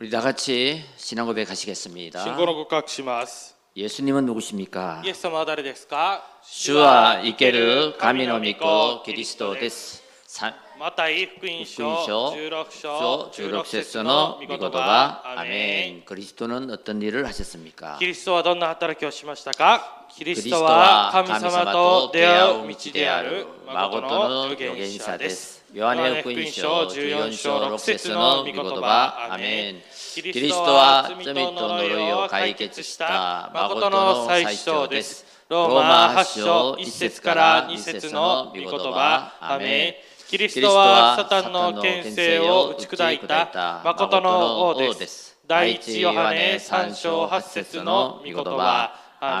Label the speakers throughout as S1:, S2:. S1: 우리 다 같이 신앙 고백하시겠습니다.
S2: 信仰の告白します。
S1: 예수님은 누구십니까?
S2: イエス様は誰ですか
S1: 主は生ける神の御子キリストで。す。さ
S2: またい福音書16章
S1: 저,
S2: 16
S1: 16節
S2: 節の
S1: の
S2: 御
S1: 御
S2: 言
S1: 言
S2: 葉
S1: 葉。
S2: アメン
S1: 아멘. 그리스도는 어떤 일을 하셨습니까?
S2: キリストはどんな働きをしましたかキリストは神様と出会う道である誠の預言者です。
S1: ヨハネ福音書14章6節の御言葉アメンキリストは罪と呪いを解決した誠の最小です
S2: ローマ8章1節から2節の御言葉アメンキリストはサタンの権勢を打ち砕いた誠の王です第一ヨハネ3章8節の御言葉ア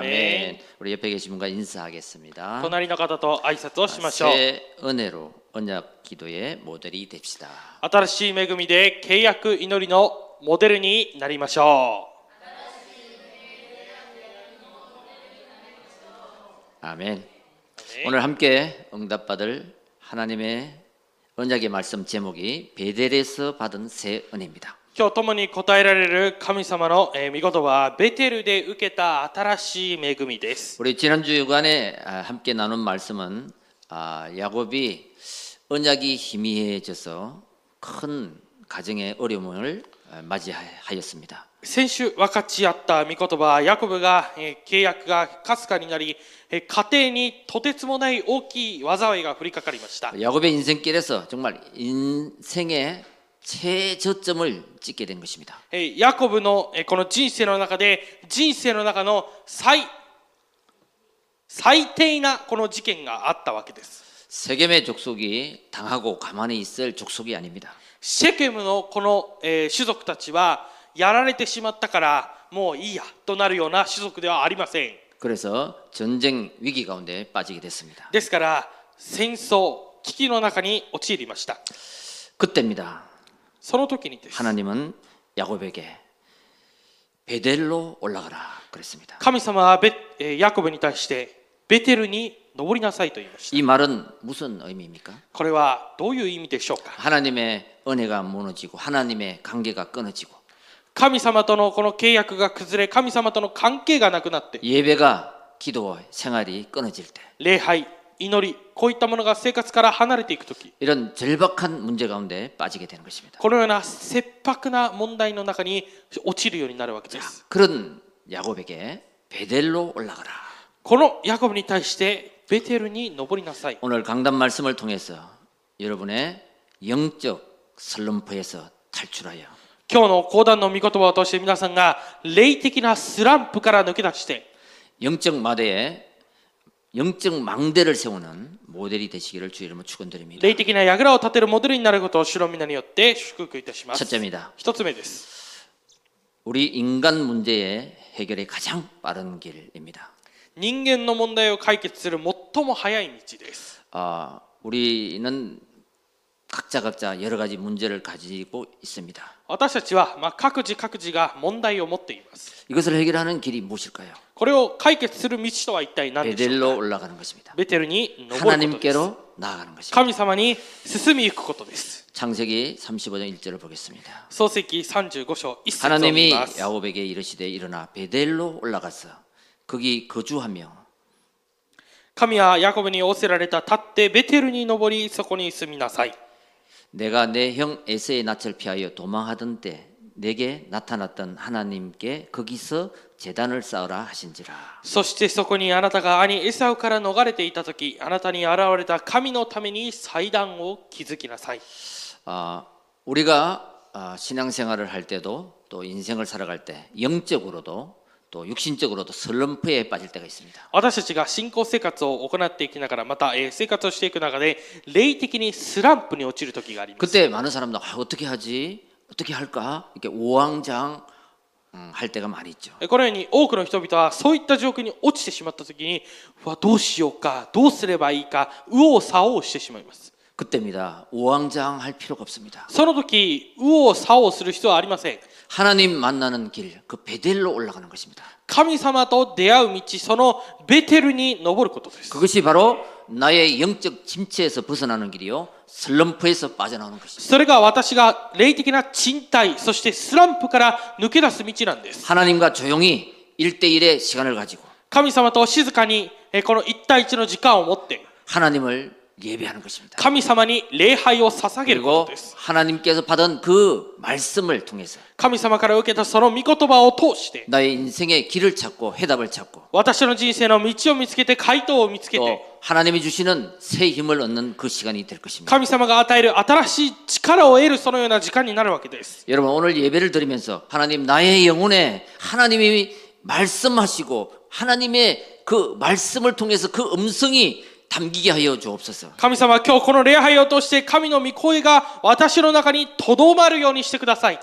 S1: 아멘.
S2: メ
S1: 우리 옆에 계신 분과 인사하겠습니다.
S2: ン隣の方と挨拶をしましょう
S1: 새 은혜로 언약 기도의 모델이 됩시다.
S2: 新しい恵みで契約祈りのモデルになりましょう
S1: 아멘.
S2: 아멘.
S1: 오늘 함께 응답받을 하나님의 언약의 말씀 제목이 베델에서 받은 새 은혜입니다.
S2: 今日共に答えられる神様のえー御言葉ベテルで受けた新しい恵みです
S1: 우리 지난주간에 아, 함께 나눈 말씀은 아, 야곱이 언약이 희미해져서 큰 가정의 어려움을 아, 맞이하였습니다.
S2: 先週分かち合った御言葉ヤコブが、えー契約がかすかになり、えー家庭にとてつもない大きい災いが降りかかりました
S1: 야곱의 인생길에서 정말 인생의 최저점을 찍게 된 것입니다.
S2: えーヤコブのえーこの人生の中で人生の中の最最低なこの事件があったわけです
S1: 세겜의 족속이 당하고 가만히 있을 족속이 아닙니다.
S2: シェケムのこの、えー種族たちはやられてしまったからもういいやとなるような種族ではありません
S1: 그래서 전쟁 위기 가운데 빠지게 됐습니다.
S2: ですから戦争危機の中に陥りました
S1: 그때입니다.
S2: その時にです、
S1: 하나님은 야곱에게 베델로 올라가라 그랬습니다.
S2: 神様はベ、えーヤコブに対してベテルに登りなさいと言いました
S1: 이 말은 무슨 의미입니까?
S2: これはどういう意味でしょうか
S1: 하나님의 은혜가 무너지고 하나님의 관계가 끊어지고
S2: 神様とのこの契約が崩れ神様との関係がなくなって
S1: 예배가 기도 생활이 끊어질 때
S2: 礼拝祈りこういったものが生活から離れていく時
S1: 이런 절박한 문제 가운데 빠지게 되는 것입니다.
S2: このような切迫な問題の中に陥るようになるわけです
S1: 그런 야곱에게 베델로 올라가라.
S2: このヤコブに対してベテルに登りなさい
S1: 오늘 강단 말씀을 통해서 여러분의 영적 슬럼프에서 탈출하여
S2: 今日の講談の御言葉を通して皆さんが霊的なスランプから抜け出して
S1: 영적 마대에 영적 망대를 세우는 모델이 되시기를 주 이름으로 축원드립니다.
S2: 霊的な櫓を立てるモデルになることを主の皆によって祝福いたします
S1: 첫째입니다.
S2: 一つ目です
S1: 우리 인간 문제의 해결의 가장 빠른 길입니다.
S2: 人間の問題を解決する最も早い道です
S1: 아, 우리는 각자 각자 여러 가지 문제를 가지고 있습니다.
S2: 私たちはまあ各自各自が問題を持っています
S1: 이것을 해결하는 길이 무엇일까요?
S2: これを解決する道とは一
S1: 네,
S2: 体何でしょう
S1: 베델로 올라가는 것입니다. 네,
S2: ベテルに登ることです
S1: 하나님께로 나아가는 것입니다.
S2: 神様に進みゆくことです
S1: 창세기 35장 1절을 보겠습니다.
S2: 創世記35章1節を見
S1: 하나님이
S2: ます
S1: 야곱에게 이르시되 일어나 베델로 올라가서 거기 거주하며
S2: 神はヤコブに仰せられた立ってベテルに登りそこに住みなさい
S1: 내가 내 형 에세의 낯을 피하여 도망하던 때 내게 나타났던 하나님께 거기서 재단을 쌓으라 하신지라
S2: そしてそこにあなたが兄エサウから逃れていた時あなたに現れた神のために祭壇を築きなさい
S1: 아, 우리가 아, 신앙생활을 할 때도 또 인생을 살아갈 때 영적으로도 또 육신적으로도 슬럼프에 빠질 때가 있습니다
S2: 私たちが信仰生活を行っていきながらまた、えー生活をしていく中で霊的にスランプに陥る時があります
S1: 그때 많은 사람들 아, 어떻게 하지 어떻게 할까 이렇게 오왕장 음, 할 때가 많이 있죠
S2: えこのように多くの人々はそういった状況に落ちてしまった時にうわどうしようかどうすればいいか右往左往してしまいます
S1: 그때입니다 오왕장 할 필요가 없습니다
S2: その時右往左往する必要はありません
S1: 하나님 만나는 길 그 베델로 올라가는 것입니다
S2: 神様と出会う道そのベテルに登ることです
S1: 그것이 바로 나의 영적 침체에서 벗어나는 길이요 슬럼프에서 빠져나오는 것입니다.
S2: それが私が霊的な賃貸そしてスランプから抜け出す道なんです
S1: 하나님과 조용히 일대일의 시간을 가지고
S2: 神様と静かにえーこの一対一の時間を持って
S1: 하나님을 예배하는 것입니다.
S2: 神様に礼拝を捧げるこ
S1: 그리고
S2: とです
S1: 하나님께서 받은 그 말씀을 통해서
S2: 神様から受けたその御言葉を通して
S1: 나의 인생의 길을 찾고 해답을 찾고
S2: 私の人生の道を見つけて回答を見つけて
S1: 또 하나님이 주시는 새 힘을 얻는 그 시간이 될 것입니다.
S2: 神様が与える新しい力を得るそのような時間になるわけです
S1: 여러분 오늘 예배를 드리면서 하나님 나의 영혼에 하나님이 말씀하시고 하나님의 그 말씀을 통해서 그 음성이 담기게 하여 주옵소서.
S2: 神様今日この礼拝を通して神の御声が私の中にとどまるようにしてください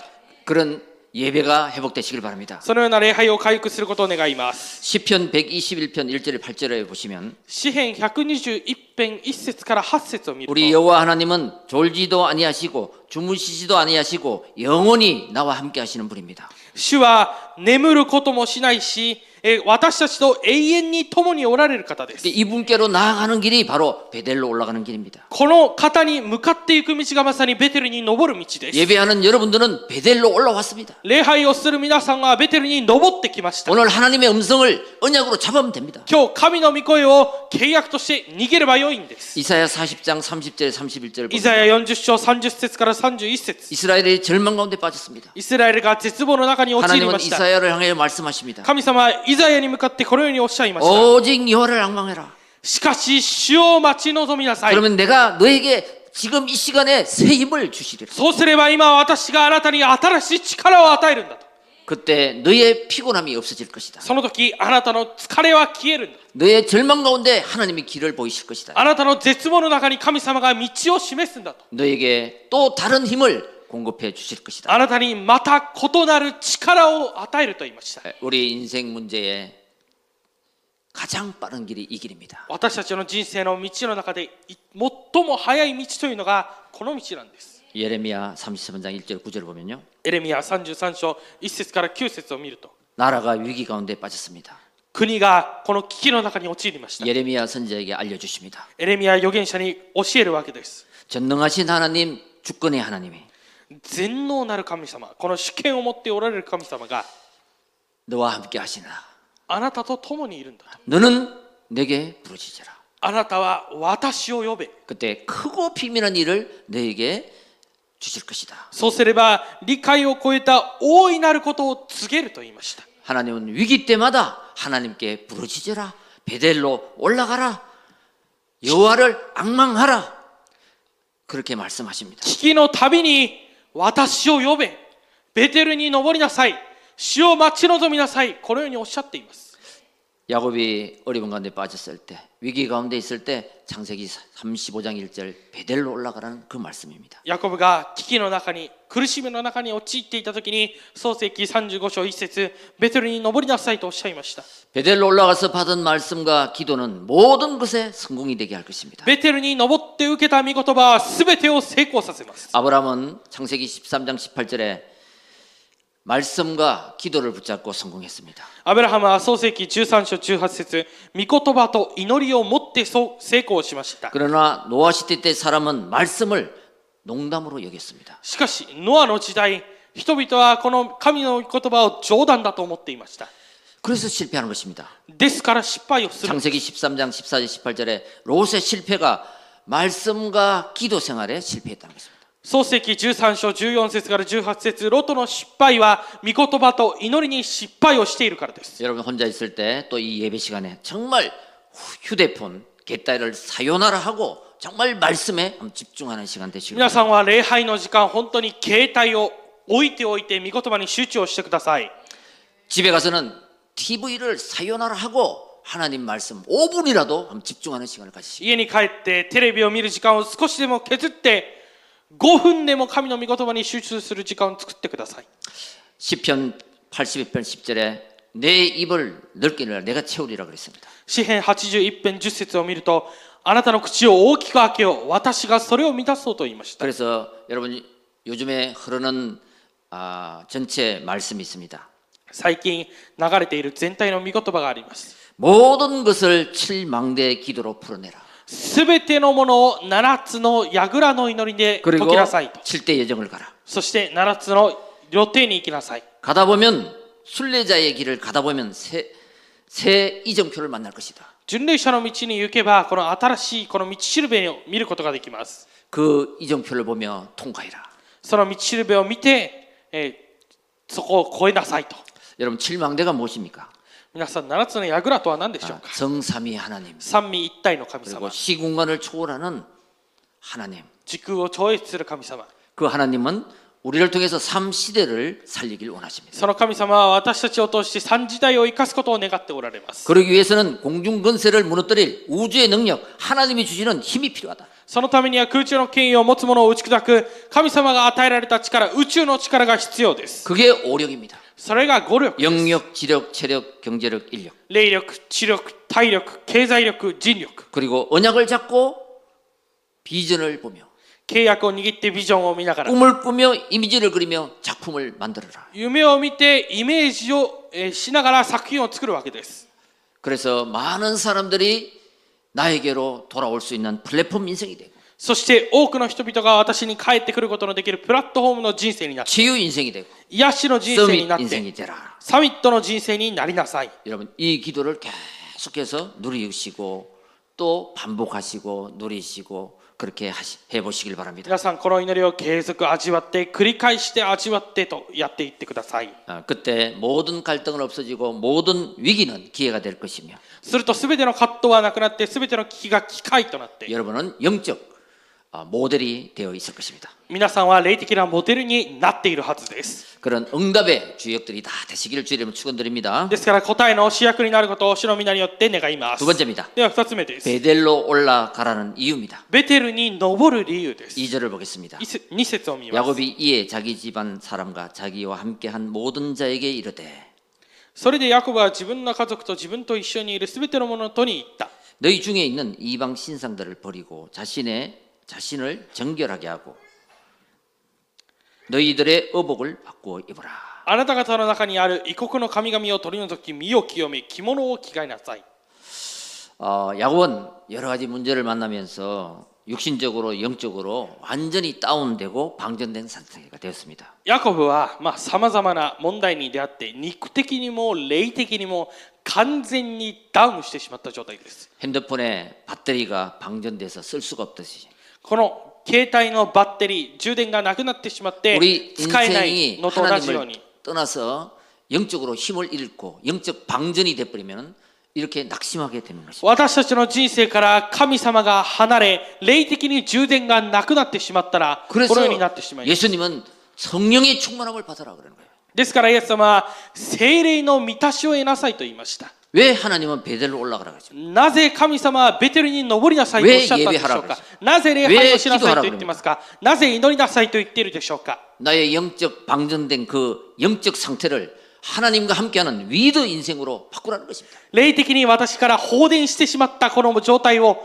S1: 그런 예배가 회복되시길 바랍니다.
S2: そのような礼拝を回復することを願います
S1: 시편 121편 1절에 8절에 보시면
S2: 詩編121編1節から8節を見る
S1: 우리
S2: と
S1: 여호와 하나님은 졸지도 아니하시고 주무시지도 아니하시고 영원히 나와 함께 하시는 분입니다.
S2: 主は眠ることもしないしえー私たちと永遠に共におられる方です
S1: 이분께로 나아가는 길이 바로 베델로 올라가는 길입니다.
S2: この方に向かっていく道がまさにベテルに登る道です。
S1: 예배하는 여러분들은 베델로 올라왔습니다.
S2: 礼拝をする皆さんはベテルに登ってきました。
S1: 오늘 하나님의 음성을 언약으로 잡으면 됩니다.
S2: 今日、神の御声を契約として逃げればよいんです。
S1: 이사야 40장 30절 31절
S2: イザ
S1: 보면
S2: ヤ40章30節から31節
S1: 이스라엘이 절망 가운데 빠졌습니다.
S2: イスラエルが絶望の中に陥り
S1: 하나님은
S2: ました。
S1: 이사야를 향해 말씀하십니다.
S2: 神様はイザヤに向かってこのようにおっしゃいました。
S1: 오직 여호와를 악망해라.
S2: しかし、主を待ち望みなさい。
S1: 그러면 내가 너에게 지금 이 시간에 새 힘을 주시리라.
S2: そうすれば今私があなたに新しい力を与えるんだと。
S1: 그때 너의 피곤함이 없어질 것이다.
S2: その時、あなたの疲れは消えるんだ。
S1: 너의 절망 가운데 하나님이 길을 보이실 것이다.
S2: あなたの絶望の中に神様が道を示すんだと。
S1: 너에게 또 다른 힘을 공급해 주실 것이다.
S2: あなたにまた異なる力を与えると言いました
S1: 우리 인생 문제의 가장 빠른 길이 이 길입니다.
S2: 私たちの人生の道の中でい最も早い道というのがこの道なんです
S1: 예레미야 33장 1절 9절을 보면요.
S2: エレミア33章1節から9節を見ると
S1: 나라가 위기 가운데 빠졌습니다.
S2: 国がこの危機の中に陥りました
S1: 예레미야 선지자에게 알려 주십니다.
S2: エレミア預言者に教えるわけです
S1: 전능하신 하나님, 주권의 하나님이
S2: 全能なる神様この主権を持っておられる神様が
S1: 너와 함께 하시나.
S2: あなたと共にいるんだと
S1: 너는 내게 부르짖어라.
S2: あなたは私を呼べ
S1: 그때 크고 비밀한 일을 너에게 주실 것이다.
S2: そうすれば理解を超えた大いなることを告げると言いました
S1: 하나님은 위기 때마다 하나님께 부르짖어라. 베델로 올라가라. 여호와를 악망하라. 그렇게 말씀하십니다.
S2: 危機のたびに私を呼べベテルに登りなさい主を待ち望みなさいこのようにおっしゃっています
S1: 야곱이 어려운 가운데 빠졌을 때 위기 가운데 있을 때 창세기 35장 1절 베델로 올라가라는 그 말씀입니다.
S2: ヤコブが危機の中に苦しみの中に陥っていた時に創世記35章1節ベテルに登りなさいとおっしゃいました
S1: 베델로 올라가서 받은 말씀과 기도는 모든 것에 성공이 되게 할 것입니다.
S2: ベテルに登って受けた御言葉は全てを成功させます
S1: 아브라함은 창세기 13장 18절에 말씀과 기도를 붙잡고 성공했습니다.
S2: アブラハムは創世記13章18節御言葉と祈りを持ってそう成功しました
S1: 그러나 노아 시대 때 사람은 말씀을 농담으로 여겼습니다.
S2: しかしノアの時代人々はこの神の御言葉を冗談だと思っていました
S1: 그래서 실패하는 것입니다.
S2: ですから失敗をする。
S1: 창세기 13장 14절 18절에 롯의 실패가 말씀과 기도 생활에 실패했다는 것입니다.
S2: 創世記13章14節から18節ロトの失敗は、御言葉と祈りに失敗をしているからです。
S1: 여러분 혼자 있을 때 또 이 예배 시간에 정말 휴대폰 겟다이를 사요나라 하고 정말 말씀에 한번 집중하는 시간 되시길
S2: 皆
S1: 바랍니다.
S2: さんは礼拝の時間、本当に携帯を置いておいて、御言葉に集中をしてください。
S1: 집에 가서는 TV를 사요나라 하고 하나님 말씀 5분이라도 한번 집중하는 시간을 가지시기
S2: 家に帰ってテレビを見る時間を少しでも削って、5分でも神の御言葉に集中する時間を作ってください。
S1: 시편 81편 10절에 내 입을 넓게 내라 내가 채우리라 그랬습니다.
S2: 詩編81編10節を見ると、あなたの口を大きく開けよう。私がそれを満たそうと言いました。
S1: 그래서 여러분 요즘에 흐르는 아, 전체 말씀이 있습니다.
S2: 最近流れている全体の御言葉があります。
S1: 모든 것을 칠망대 기도로 풀어내라.
S2: すべてのものを7つの櫓の祈りで解
S1: 그리고
S2: きなさいと。
S1: 7대 예정을 가라.
S2: そして7つの予定に行きなさい。
S1: 가다 보면 순례자의 길을 가다 보면 새, 새 이정표를 만날 것이다.
S2: 巡礼者の道に行けば、この新しいこの道しるべを見ることができます。
S1: 그 이정표를 보며 통과해라.
S2: その道しるべを見て、えーそこを越えなさいと。
S1: 여러분 칠망대가 무엇입니까?
S2: 皆さん、7つの櫓とは何でしょう
S1: 아,
S2: か
S1: 정삼위 하나님
S2: 三位一体の神
S1: 그리고
S2: 様、
S1: 시공간을 초월하는 하나님
S2: 時空を超越する神様。
S1: 그 하나님은 우리를 통해서 삼 시대를 살리길 원하십니다.
S2: その神様は私たちを通して三時代を生かすことを願っておられます。
S1: 그러기 위해서는 공중 건세를 무너뜨릴 우주의 능력 하나님이 주시는 힘이 필요하다.
S2: そのためには空中の権威を持つ者を打ち砕く神様が与えられた力、宇宙の力が必要です。
S1: 그게 오력입니다.
S2: それが語力、
S1: 영력, 지력, 체력, 경제력, 인력
S2: 霊力、知力、体力、経済力、人力。
S1: 그리고 언약을 잡고 비전을 보며
S2: 契約を握ってビジョンを見ながら、
S1: 꿈을 꾸며 이미지를 그리며 작품을 만들어라.
S2: 夢を見てイメージをえーしながら作品を作るわけです。
S1: 그래서 많은 사람들이 나에게로 돌아올 수 있는 플랫폼 인생이 되고
S2: そして多くの人々が私に帰ってくることのできるプラットフォームの人生になって、
S1: 치유 인생이 되고
S2: 癒しの人生に
S1: 서밋
S2: なって、
S1: 인생이 되라.
S2: サミットの人生になりなさい。
S1: 여러분 이 기도를 계속해서 누리시고 또 반복하시고 누리시고 그렇게 하시, 해보시길 바랍니다.
S2: 皆さん、この祈りを継続味わって、繰り返して味わってとやっていってください。
S1: 아, 그때 모든 갈등은 없어지고 모든 위기는 기회가 될 것이며
S2: すると全ての葛藤はなくなって全ての危機が機械とな
S1: 네.
S2: って
S1: 여러분은 영적 아, 모델이 되어 있을 것입니다.
S2: 皆さんは霊的なモデルになっているはずです
S1: 그런 응답의 주역들이 다 되시기를 주이름 축원드립니다.
S2: ですから答えの主役になることを主の皆によって願います
S1: 두 번째입니다.
S2: では2つ目です
S1: 베델로 올라가라는 이유입니다.
S2: ベテルに登る理由です
S1: 2절을 보겠습니다.
S2: 2節を見ます
S1: 야곱이 이에 자기 집안 사람과 자기와 함께한 모든 자에게 이르되
S2: それでヤコブは自分の家族と自分と一緒にいる全ての者とに言った
S1: 너희 중에 있는 이방 신상들을 버리고 자신의 자신을 정결하게 하고 너희들의 어복을 바꾸어 입으라.
S2: あなた方の中にある異国の神々を取り除き身を清め着物を着替えなさい
S1: 어, 야곱은 여러 가지 문제를 만나면서 육신적으로 영적으로 완전히 다운되고 방전된 상태가 되었습니다.
S2: ヤコブはさまざ、まな問題に出会って肉的にも霊的にも完全にダウンしてしまった状態です
S1: 핸드폰에 배터리가 방전돼서 쓸 수가 없듯이
S2: この携帯のバッテリー充電がなくなってしまって
S1: 우리
S2: 使えない
S1: 인생이
S2: のと同じよう
S1: 하나님을
S2: に
S1: 떠나서 영적으로 힘을 잃고 영적 방전이 돼버리면 이렇게 낙심하게 되는 것입니다.
S2: 私たちの人生から神様が離れ霊的に充電がなくなってしまったらこ
S1: 그래서
S2: のようになってしまいます
S1: 예수님은 성령의 충만함을 받으라 그러는 거예요.
S2: ですからイエス様は精霊の満たしを得なさいと言いました
S1: 왜 하나님은 베델로 올라가라 그러죠?
S2: なぜ神様はベテルに登りなさいとおっしゃったんでしょうかなぜ礼拝をしなさいと言ってますかなぜ祈りなさいと言っているでしょうか
S1: 나의 영적 방전된 그 영적 상태를 하나님과 함께하는 위드 인생으로 바꾸라는 것입니다.
S2: 霊的に私から放電してしまったこの状態を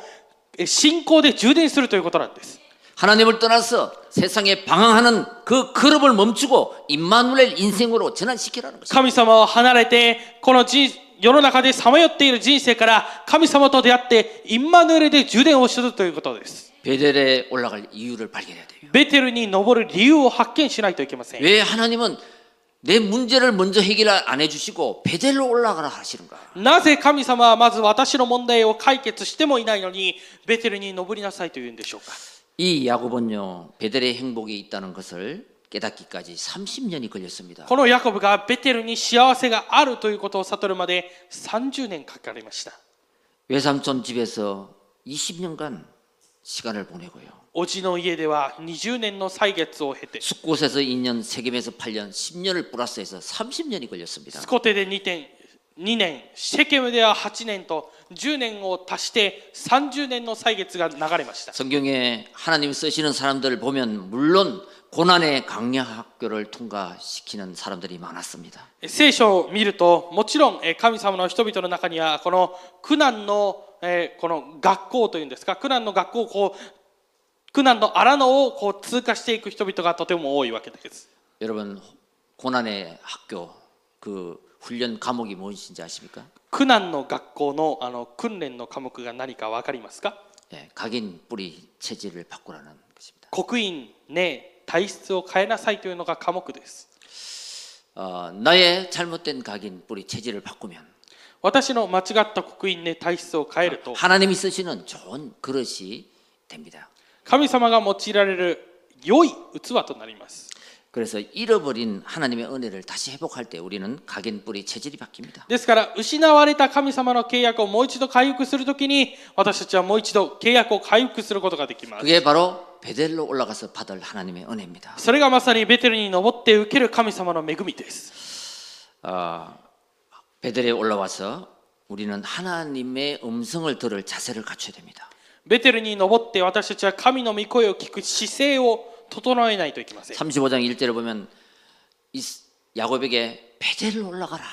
S2: え信仰で充電するということなんです。
S1: 하나님을 떠나서 세상에 방황하는 그 걸음을 멈추고 임마누엘 인생으로 전환시키라는 것입니다.
S2: 神様を離れて、この人世の中でさまよっている人生から神様と出会って、インマヌエルで充電をするということです。
S1: 베델에 올라갈 이유를 발견해야 돼요.
S2: ベテルに登る理由を発見しないといけません。
S1: 왜 하나님은 내 문제를 먼저 해결 안 해주시고 베델로 올라가라 하시는가?
S2: なぜ神様はまず私の問題を解決してもいないのに、ベテルに登りなさいと言うんでしょうか。
S1: 이 야곱은요 베델의 행복이 있다는 것을 깨닫기까지 30년이 걸렸습니다.
S2: このヤコブがベテルに幸せがあるということを悟るまで30年かかりました。
S1: 외삼촌 집에서 20년간 시간을 보내고요.
S2: おじの家では20年の歳月を経て、
S1: 숙곳에서 2년, 세겜에서 8년, 10년을 플러스해서 30년이 걸렸습니다.
S2: スコテで2点、2年、シェケムでは8年と10年を足して30年の歳月が流れました。
S1: 성경에 하나님 쓰시는 사람들을 보면 물론 고난의 강야 학교를 통과시키는 사람들이 많았습니다.
S2: 聖書を見ると、もちろんえー神様の人々の中には、この苦難の、えーこの学校というんですか、苦難の学校をこう、苦難の荒野をこう通過していく人々がとても多いわけです。
S1: 여러분 고난의 학교 그 훈련 과목이 무엇인지 아십니까?
S2: 苦難の学校のあの訓練の科目が何か分かりますか
S1: 예, 각인 뿌리 체질을 바꾸라는 것입니다.
S2: 刻印ね体質を変えなさいというのが科目です
S1: 어, 나의 잘못된 각인 뿌리 체질을 바꾸면
S2: 私の間違った刻印ね体質を変えると
S1: 하나님이 쓰시는 좋은 그릇이 됩니다.
S2: 神様が用いられる良い器となります
S1: 그래서 잃어버린 하나님의 은혜를 다시 회복할 때 우리는 각인 뿌리 체질이 바뀝니다.
S2: ですから失われた神様の契約をもう一度回復するときに私たちはもう一度契約を回復することができます
S1: 그게 바로 베델로 올라가서 받을 하나님의 은혜입니다.
S2: それがまさにベテルに登って受ける神様の恵みです
S1: 아, 베델에 올라와서 우리는 하나님의 음성을 들을 자세를 갖춰야 됩니다.
S2: ベテルに登って私たちは神の御声を聞く姿勢を整えないといけません
S1: 35장 1절을 보면 이스- 야곱에게 베델로 올라가라.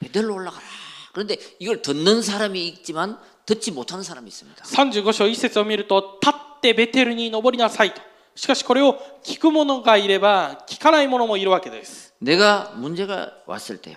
S1: 베델로 올라가라. 그런데 이걸 듣는 사람이 있지만 듣지 못하는 사람이 있습니다.
S2: 35章1節を見ると立ってベテルに登りなさいとしかしこれを聞く者がいれば聞かない者もいるわけです
S1: 내가 문제가 왔을 때요.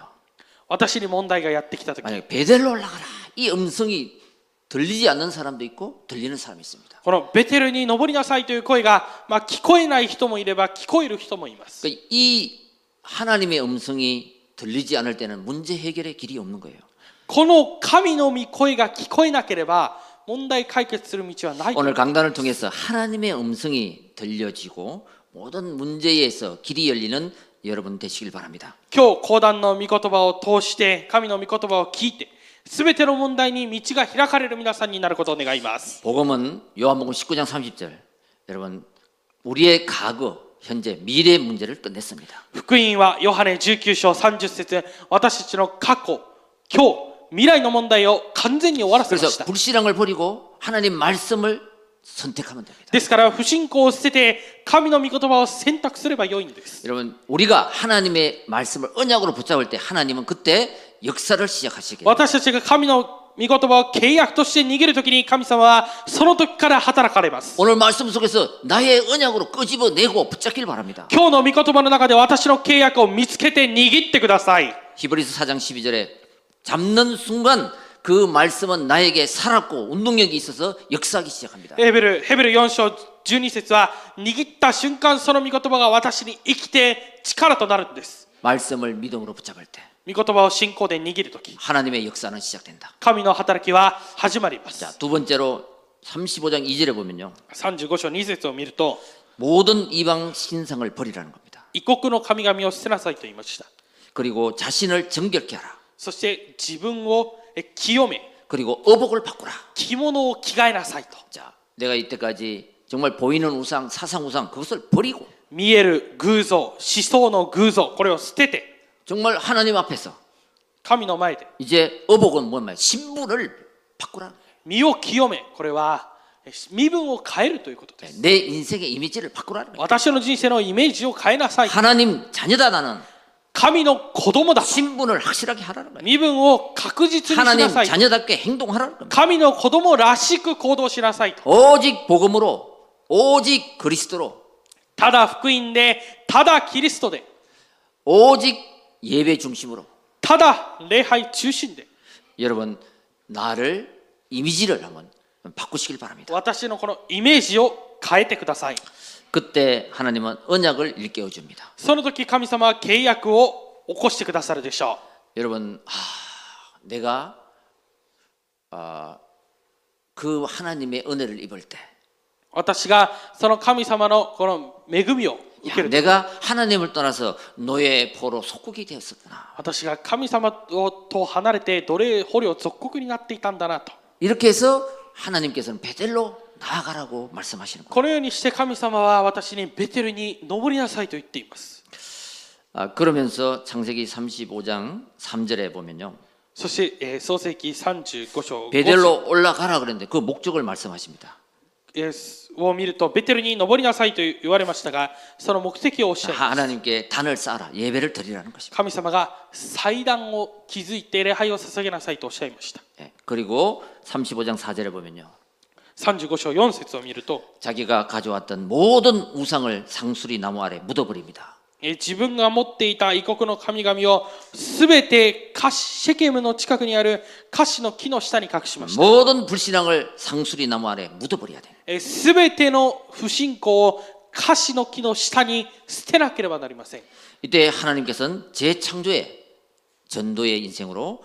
S2: 私に問題がやってきた時
S1: 만약에 베델로 올라가라. 이 음성이 들리지 않는 사람도 있고 들리는 사람이 있습니다.
S2: このベテルに登りなさいという声が、まあ、聞こえない人もいれば聞こえる人もいます
S1: 그이 하나님의 음성이 들리지 않을 때는 문제 해결의 길이 없는 거예요.
S2: この神の御声が聞こえなければ問題解決する道はない
S1: 오늘 강단을 통해서 하나님의 음성이 들려지고 모든 문제에서 길이 열리는 여러분 되시길 바랍니다.
S2: 今日講談の御言葉を通して神の御言葉を聞いて全ての問題に道が開かれる皆さんになることを願います
S1: 복음은 요한복음 19장 30절 여러분 우리의 과거, 현재, 미래의 문제를 끝냈습니다.
S2: 福音はヨハネ19章30節私たちの過去今日未来の問題を完全に終わらせま
S1: 그래서
S2: した
S1: 불신앙을 버리고 하나님 말씀을 선택하면 됩니다.
S2: ですから不信仰を捨てて神の御言葉を選択すればよいんです
S1: 여러분 우리가 하나님의 말씀을 언약으로 붙잡을 때 하나님은 그때 역사를 시작하시게 돼요.
S2: 私たちが神の御言葉を契約として逃げる時に神様はその時から働かれます
S1: 오늘 말씀 속에서 나의 언약으로 끄집어내고 붙잡길 바랍니다.
S2: 今日の御言葉の中で私の契約を見つけて握ってください
S1: 히브리서 4장 12절에 잡는 순간 그 말씀은 나에게 살았고 운동력이 있어서 역사하기 시작합니다.
S2: ヘブルヘブル4章12節は握った瞬間その御言葉が私に生きて力となるんです
S1: 말씀을 믿음으로 붙잡을 때
S2: 御言葉を信仰で握る時
S1: 하나님의 역사는 시작된다.
S2: 神の働きは始まります
S1: 자, 두 번째로 35장 2절에 보면요.
S2: 35章2節を見ると
S1: 모든 이방 신상을 버리라는 겁니다.
S2: 異国の神々を捨てなさいと言いました
S1: 그리고 자신을 정결케 하라.
S2: そして自分をえ清め
S1: 그리고 어복을 바꾸라.
S2: 着物を着替えなさいと
S1: 자, 내가 이때까지 정말 보이는 우상, 사상 우상 그것을 버리고
S2: 見える偶像思想の偶像これを捨てて
S1: 정말 하나님 앞에서
S2: 神の前で
S1: 이제 어복은 뭐냐면 신분을 바꾸라.
S2: 身を清めこれはえ身分を変えるということです
S1: 네, 내 인생의 이미지를 바꾸라는 거예요.
S2: 私の人生のイメージを変えなさい
S1: 하나님 자녀다 나는
S2: 神の子供だ
S1: 신분을 확실하게 하라는 거예요.
S2: 身分を確実にし
S1: 하나님
S2: なさい
S1: 자녀답게 행동하라는 겁니다.
S2: 神の子供らしく行動しなさいと
S1: 오직 복음으로 오직 그리스도로
S2: ただ福音でただキリストで
S1: 오직 예배 중심으로
S2: ただ礼拝中心で
S1: 여러분 나를 이미지를 한번 바꾸시길 바랍니다.
S2: 私のこのイメージを変えてください
S1: 그때 하나님은 언약을 일깨워 줍니다.
S2: その時神様は契約を起こしてくださるでしょ
S1: 여러분, 하, 내가 아, 그 하나님의 은혜를 입을 때,
S2: う私がその神様のこの恵みを受
S1: 야,
S2: ける
S1: 내가 하나님을 떠나서 노예 포로 속국이 되었었구나.
S2: 私が神様と離れて奴隷捕虜属国になっていたんだなと
S1: 이렇게 해서 하나님께서는 베델로 나아가라고 말씀하시는 거예요.
S2: このようにして神様は私にベテルに登りなさいと言っています
S1: 아, 그러면서 창세기 35장 3절에 보면요.
S2: そして、えー創世記35章5節
S1: 베델로 올라가라 그랬는데 그 목적을 말씀하십니다.
S2: えーを見るとベテルに登りなさいと言われましたがその目的をおっし
S1: 자,
S2: ゃいます
S1: 하나님께 단을 쌓아라. 예배를 드리라는 것입니다.
S2: 神様が祭壇を築いて礼拝を捧げなさいとおっしゃいました
S1: 예, 그리고 35장 4절에 보면요.
S2: 35章4節を見ると
S1: 자기가 가져왔던 모든 우상을 상수리 나무 아래 묻어버립니다.
S2: えー自分が持っていた異国の神々をすべてカシシェケムの近くにあるカシの木の下に隠しました
S1: 모든 불신앙을 상수리 나무 아래 묻어버려야 돼.
S2: すべての不信仰をカシの木の下に捨てなければなりません
S1: 이때 하나님께서는 재창조의 전도의 인생으로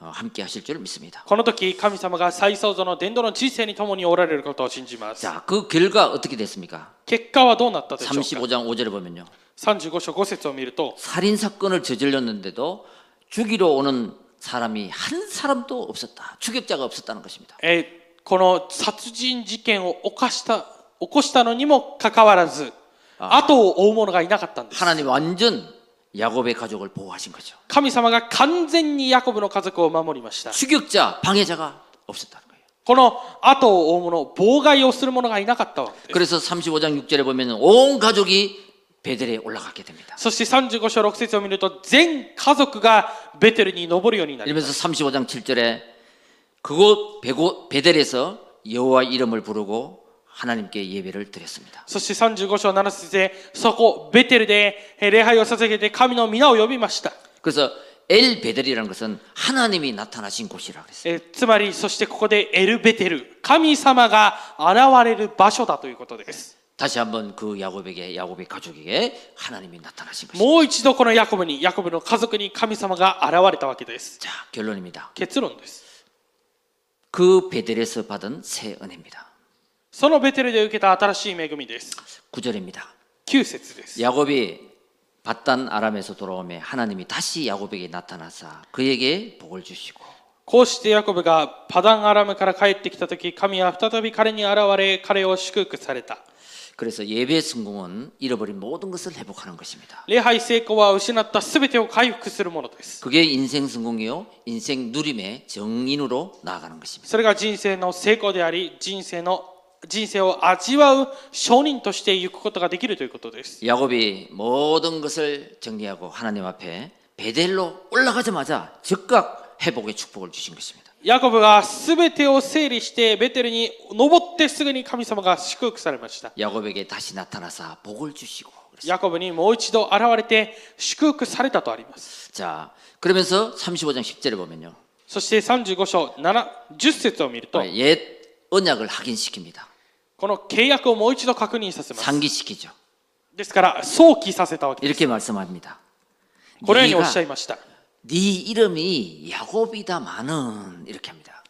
S1: 어, 함께 하실 줄 믿습니다.
S2: この時神様が再創造の伝道の人生に共におられることを信じます
S1: 자, 그 결과 어떻게 됐습니까?
S2: 結果はどうなったでしょうか
S1: 35장 5절에 보면요.
S2: 35章5節を見ると
S1: 살인 사건을 저질렀는데도 죽이러 오는 사람이 한 사람도 없었다. 추격자가 없었다는 것입니다.
S2: えーこの殺人事件を犯した起こしたのにもかかわらず後を追う者がいなかったんです
S1: 하나님 완전 야곱의 가족을 보호하신 거죠.
S2: 神様が完全にヤコブの家族を守りました
S1: 추격자, 방해자가 없었다는 거예요.
S2: この後を追う者妨害をする者がいなかったわけで
S1: 그래서
S2: す
S1: 35장 6절에 보면 온 가족이 베델에 올라가게 됩니다.
S2: そして35章6節を見ると全家族がベテルに登るようになります
S1: 이러면서 35장 7절에 그곳 베고- 베델에서 여호와 이름을 부르고 하나님께 예배를 드렸습니다.
S2: そして35章7節でそこベテルでえー礼拝を捧げて神の皆を呼びました
S1: 그래서 엘 베델이라는 것은 하나님이 나타나신 곳이라고 그랬어요.
S2: えーつまりそしてここでエルベテル神様が現れる場所だということです
S1: 다시 한번 그 야곱에게 야곱의 가족에게 하나님이 나타나신 것입니다.
S2: もう一度このヤコブにヤコブの家族に神様が現れたわけです
S1: 자, 결론입니다.
S2: 結論です
S1: 그 베델에서 받은 새 은혜입니다.
S2: そのベテルで受けた新しい恵みです
S1: 9절입니다.
S2: 9節です
S1: 야곱이 바단 아람에서 돌아오매 하나님이 다시 야곱에게 나타나사 그에게 복을 주시고
S2: こうしてヤコブがパダンアラムから帰ってきた時神は再び彼に現れ彼を祝福された
S1: 그래서 예배 성공은 잃어버린 모든 것을 회복하는 것입니다.
S2: 礼拝成功は失った全てを回復するものです
S1: 그게 인생 성공이요 인생 누림의 정인으로 나아가는 것입니다.
S2: それが人生の成功であり人生の人生を味わう証人として行くことができるということです
S1: 야곱이 모든 것을 정리하고 하나님 앞에 베델로 올라가자마자 즉각 회복의 축복을 주신 것입니다.
S2: ヤコブが全てを整理してベテルに登ってすぐに神様が祝福されました
S1: 야곱에게 다시 나타나사 복을 주시고 그랬어요.
S2: ヤコブにもう一度現れて祝福されたとあります
S1: 자, 그러면서 35장 10절에 보면요.
S2: そして35章7 10節を見ると
S1: 어, 옛 언약을 확인시킵니다.
S2: この契約をもう一度確認させます
S1: 상기시키죠.
S2: ですから想起させたわけです
S1: 이렇게 말씀합니다.
S2: このようにおっ
S1: 네가
S2: しゃいました
S1: 네 이름이 야곱이다마는 이렇게 합니다.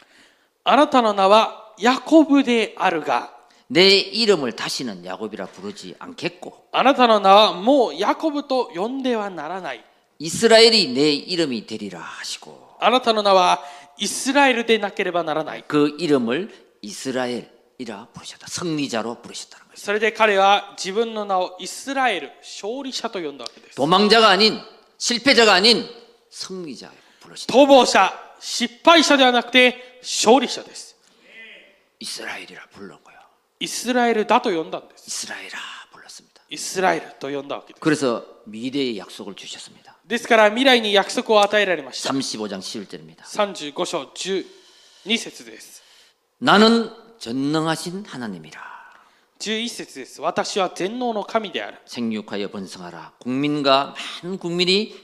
S2: あなたの名はヤコブであるが
S1: 내 이름을 다시는 야곱이라 부르지 않겠고
S2: あなたの名はもうヤコブと呼んではならない
S1: 이스라엘이 내 이름이 되리라 하시고
S2: あなたの名はイスラエルでなければならない
S1: 그 이름을 이스라엘이라 부르셨다. 승리자로 부르셨다는 거예요.
S2: それで彼は自分の名をイスラエル勝利者と呼んだわけです
S1: 도망자가 아닌 실패자가 아닌 승리자로 부르셨다.
S2: 逃亡者失敗者ではなくて勝利者です
S1: 이스라엘이라 불른 거예요.
S2: イスラエルだと呼んだんです
S1: 이스라엘아 불렀습니다.
S2: イスラエルと呼んだわけです
S1: 그래서 미래의 약속을 주셨습니다.
S2: ですから未来に約束を与えられました
S1: 35장 11절입니다.
S2: 35章12節です
S1: 나는 전능하신 하나님이라
S2: 11節です。私は全能の神である。
S1: 생육하여 번성하라 국민과 많은 국민이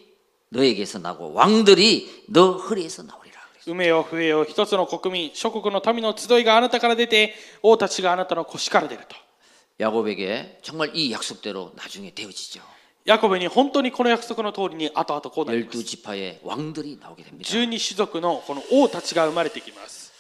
S1: 너에게서 나고 왕들이 너 허리에서 나오리라. 그랬어요.
S2: 埋めよ増えよ一つの国民、諸国の民の集いがあなたから出て、王たちがあなたの腰から出ると。
S1: 야곱에게 정말 이 약속대로 나중에 되어지죠.
S2: ヤコブに本当にこの約束の通りに後々こうなります。
S1: 12지파의 왕들이 나오게 됩니다.
S2: 12種族のこの王たちが生まれてきます。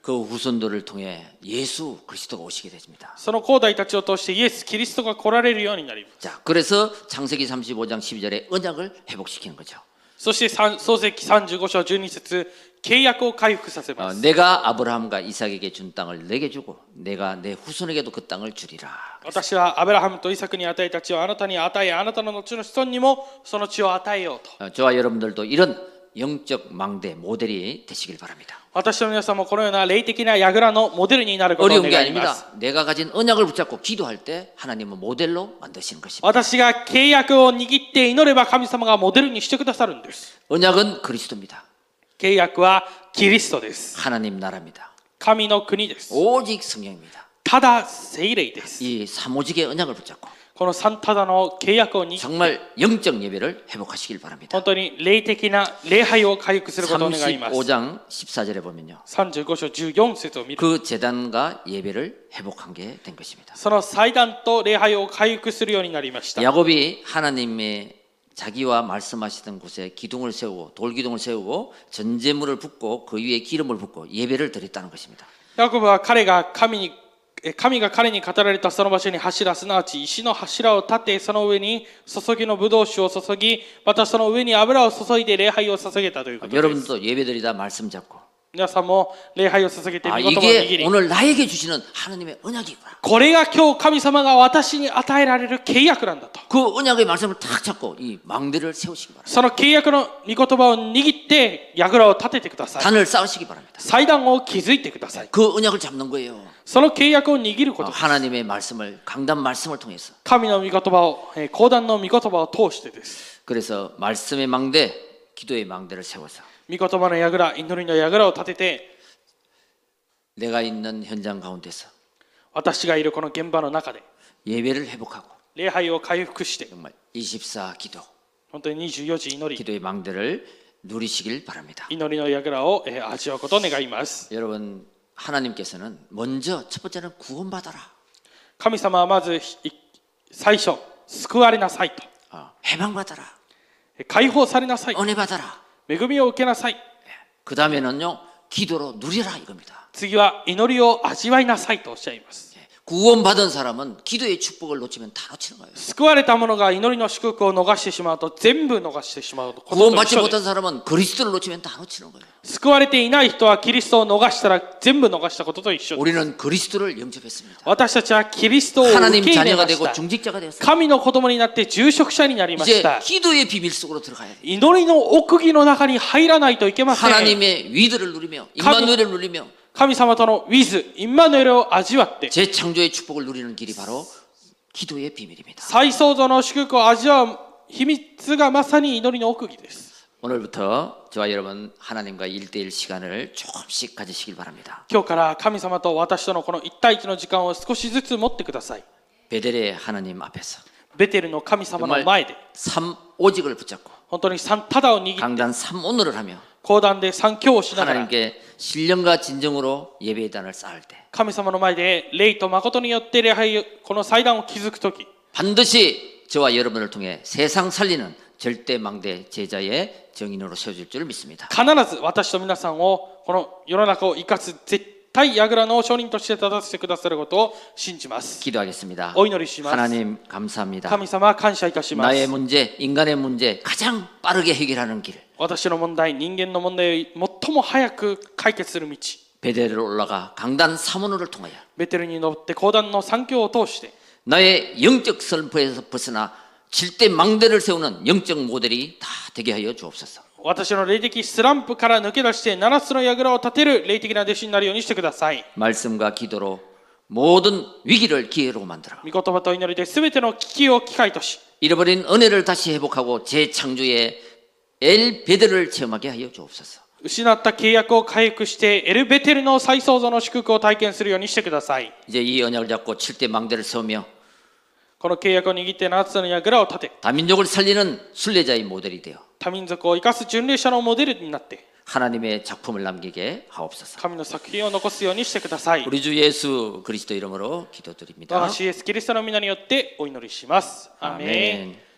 S1: 그 후손들을 통해 예수 그리스도가 오시게 됩니다.
S2: その後代たちを通してイエス・キリストが来られるようになります。
S1: 자, 그래서 창세기 35장 12절에 언약을 회복시키는 거죠.
S2: そして三創世記35章12節契約を回復させ
S1: 어,
S2: ます。
S1: 내가 아브라함과 이삭에게 준 땅을 내게 주고 내가 내 후손에게도 그 땅을 주리라.
S2: 私はアブラハムとイサクに与えた地をあなたに与え、あなたの後の子孫にもその地を与えようと。
S1: 어, 저와 여러분들도 이런 영적 망대 모델이 되시길 바랍니다.
S2: 私の皆さんもこのような霊的な櫓のモデルになることを
S1: 어려운 게
S2: 願います。
S1: 아닙니다. 내가 가진 언약을 붙잡고 기도할 때 하나님은 모델로 만드시는 것입니다.
S2: 私が契約を握って祈れば神様がモデルにしてくださるんです。
S1: 언약은 그리스도입니다.
S2: 契約はキリストです。
S1: 하나님 나라입니다.
S2: 神の国です。
S1: 오직 성령입니다.
S2: ただ聖霊です。
S1: 이 삼오직의 언약을 붙잡고
S2: ここのサンタダの契約を握
S1: 정말 영적 예배를 회복하시길 바랍니다.
S2: 本当に霊的な礼拝を回復することを願います。
S1: 35장 14절에 보면요.
S2: 35章14節を見る
S1: 그 재단과 예배를 회복한 게 된 것입니다.
S2: その祭壇と礼拝を回復するようになりました。
S1: 야곱이 하나님의 자기와 말씀하시던 곳에 기둥을 세우고 돌기둥을 세우고 전제물을 붓고 그 위에 기름을 붓고 예배를 드렸다는 것입니다.
S2: ヤコブは彼が神にえ神が彼に語られたその場所に柱すなわち石の柱を立てその上に注ぎのブドウ酒を注ぎまたその上に油を注いで礼拝を捧げたということです
S1: 여러분도 예배드리다 말씀 잡고
S2: 皆さんも礼拝を捧げて御
S1: 아
S2: 言葉を握
S1: 이게
S2: り
S1: 오늘 나에게 주시는 하나님의 언약이구나.
S2: これが今日神様が私に与えられる契約なんだと
S1: 그 언약의 말씀을 탁 잡고 이 망대를 세우시기 바랍니다.
S2: その契約の御言葉を握って櫓を立ててください
S1: 단을 쌓으시기 바랍니다.
S2: 祭壇を築いてください
S1: 그 언약을 잡는 거예요.
S2: その契約を握るこ
S1: 어,
S2: と
S1: 하나님의 말씀을 강단 말씀을 통해서
S2: 神の御言葉をえー講談の御言葉を通してです
S1: 그래서 말씀의 망대, 기도의 망대를 세워서
S2: 御言葉の櫓祈りの櫓を立てて
S1: 내가 있는 현장 가운데서
S2: 私がいるこの現場の中で
S1: 예배를 회복하고
S2: 礼拝を回復して
S1: 정말 24 기도
S2: 本当に24時祈り
S1: 기도의 망대를 누리시길 바랍니다.
S2: 祈りの櫓をえー味わうことを願います
S1: 여러분 하나님께서는 먼저 첫 번째는 구원받아라,
S2: 神様はまずい最初救われなさいと
S1: 어, 해방받아라,
S2: えー解放されなさい
S1: 은혜 받아라.
S2: 恵みを受けなさい
S1: 그 다음에는요 기도로 누리라 이겁니다.
S2: 次は祈りを味わいなさいとおっしゃいます
S1: 예, 구원받은 사람은 기도의 축복을 놓치면 다 놓치는 거예요.
S2: 救われた者が祈りの祝福を逃してしまうと全部逃してしまうことと一
S1: 구원받지
S2: 緒で
S1: 못한 사람은 그리스도를 놓치면 다 놓치는 거예요.
S2: 救われていない人はキリストを逃したら全部逃したことと一緒です
S1: 우리는 그리스도를 영접했습니다.
S2: 私たちはキリストを受け
S1: 하나님
S2: 入れ
S1: 자녀가
S2: まし
S1: 되고
S2: た
S1: 중직자가 되었습니다.
S2: 神の子供になって住職者になりまし
S1: 이제
S2: た
S1: 기도의 비밀 속으로 들어가야 돼요.
S2: 祈りの奥義の中に入らないといけ
S1: 네.
S2: ません
S1: 하나님의 위드를 누리며 임마누엘을 누리며
S2: 神様とのウィズインマヌエルを味わって
S1: 재창조의 축복을 누리는 길이 바로 기도의 비밀입니다.
S2: 再創造の祝福を味わう秘密がまさに祈りの奥義です
S1: 오늘부터 저와 여러분 하나님과 일대일 시간을 조금씩 가지시길 바랍니다.
S2: 今日から神様と私とのこの一対一の時間を少しずつ持ってください
S1: 베델의 하나님 앞에서
S2: ベテルの神様の前で
S1: 삼 오직을 붙잡고
S2: 本当に三ただを握り
S1: 강단 삼 오늘을 하며
S2: 講談で三教をしながら
S1: 하나님께 신령과 진정으로 예배의 단을 쌓을 때
S2: 神様の前で霊と誠によって礼拝をこの祭壇を築くとき
S1: 반드시 저와 여러분을 통해 세상 살리는 절대 망대 제자의 정인으로 세워질 줄 믿습니다.
S2: 必ず私と皆さんをこの世の中を生かす絶対櫓の証人として立たせてくださることを信じます
S1: 기도하겠습니다.
S2: 어이 노리시마스.
S1: 하나님 감사합니다.
S2: 神様感謝いたしま
S1: 나의
S2: す
S1: 문제, 인간의 문제 가장 빠르게 해결하는 길.
S2: 私の問題人間の問題を最も早く解決する道
S1: 베델을 올라가 강단 사문호를 통하여
S2: ベテルに乗って講談の三教を通して
S1: 나의 영적 선포에서 벗어나 칠대 망대를 세우는 영적 모델이 다 되게 하여 주옵소서.
S2: 私の霊的スランプから抜け出して7つの櫓を立てる霊的な弟子になるようにしてください
S1: 말씀과 기도로 모든 위기를 기회로 만들어
S2: 御言葉と祈りで全ての危機を機会とし
S1: 잃어버린 은혜를 다시 회복하고 재창조의 엘 베델을 체험하게 하여 주옵소서.
S2: 失った契約を回復してエルベテルの再創造の祝福を体験するようにしてください
S1: 이제 이 언약을 잡고 칠대 망대를 세우며
S2: この契約を握って7つの櫓を立て
S1: 다민족을 살리는 순례자의 모델이 되어
S2: 多民族を生かす巡礼者のモデルになって
S1: 하나님의 작품을 남기게 하옵소서.
S2: 神の作品を残すようにしてください
S1: 우리 주 예수 그리스도 이름으로 기도드립니다.
S2: 私イエス・キリストの皆によってお祈りしますアーメン
S1: 아멘.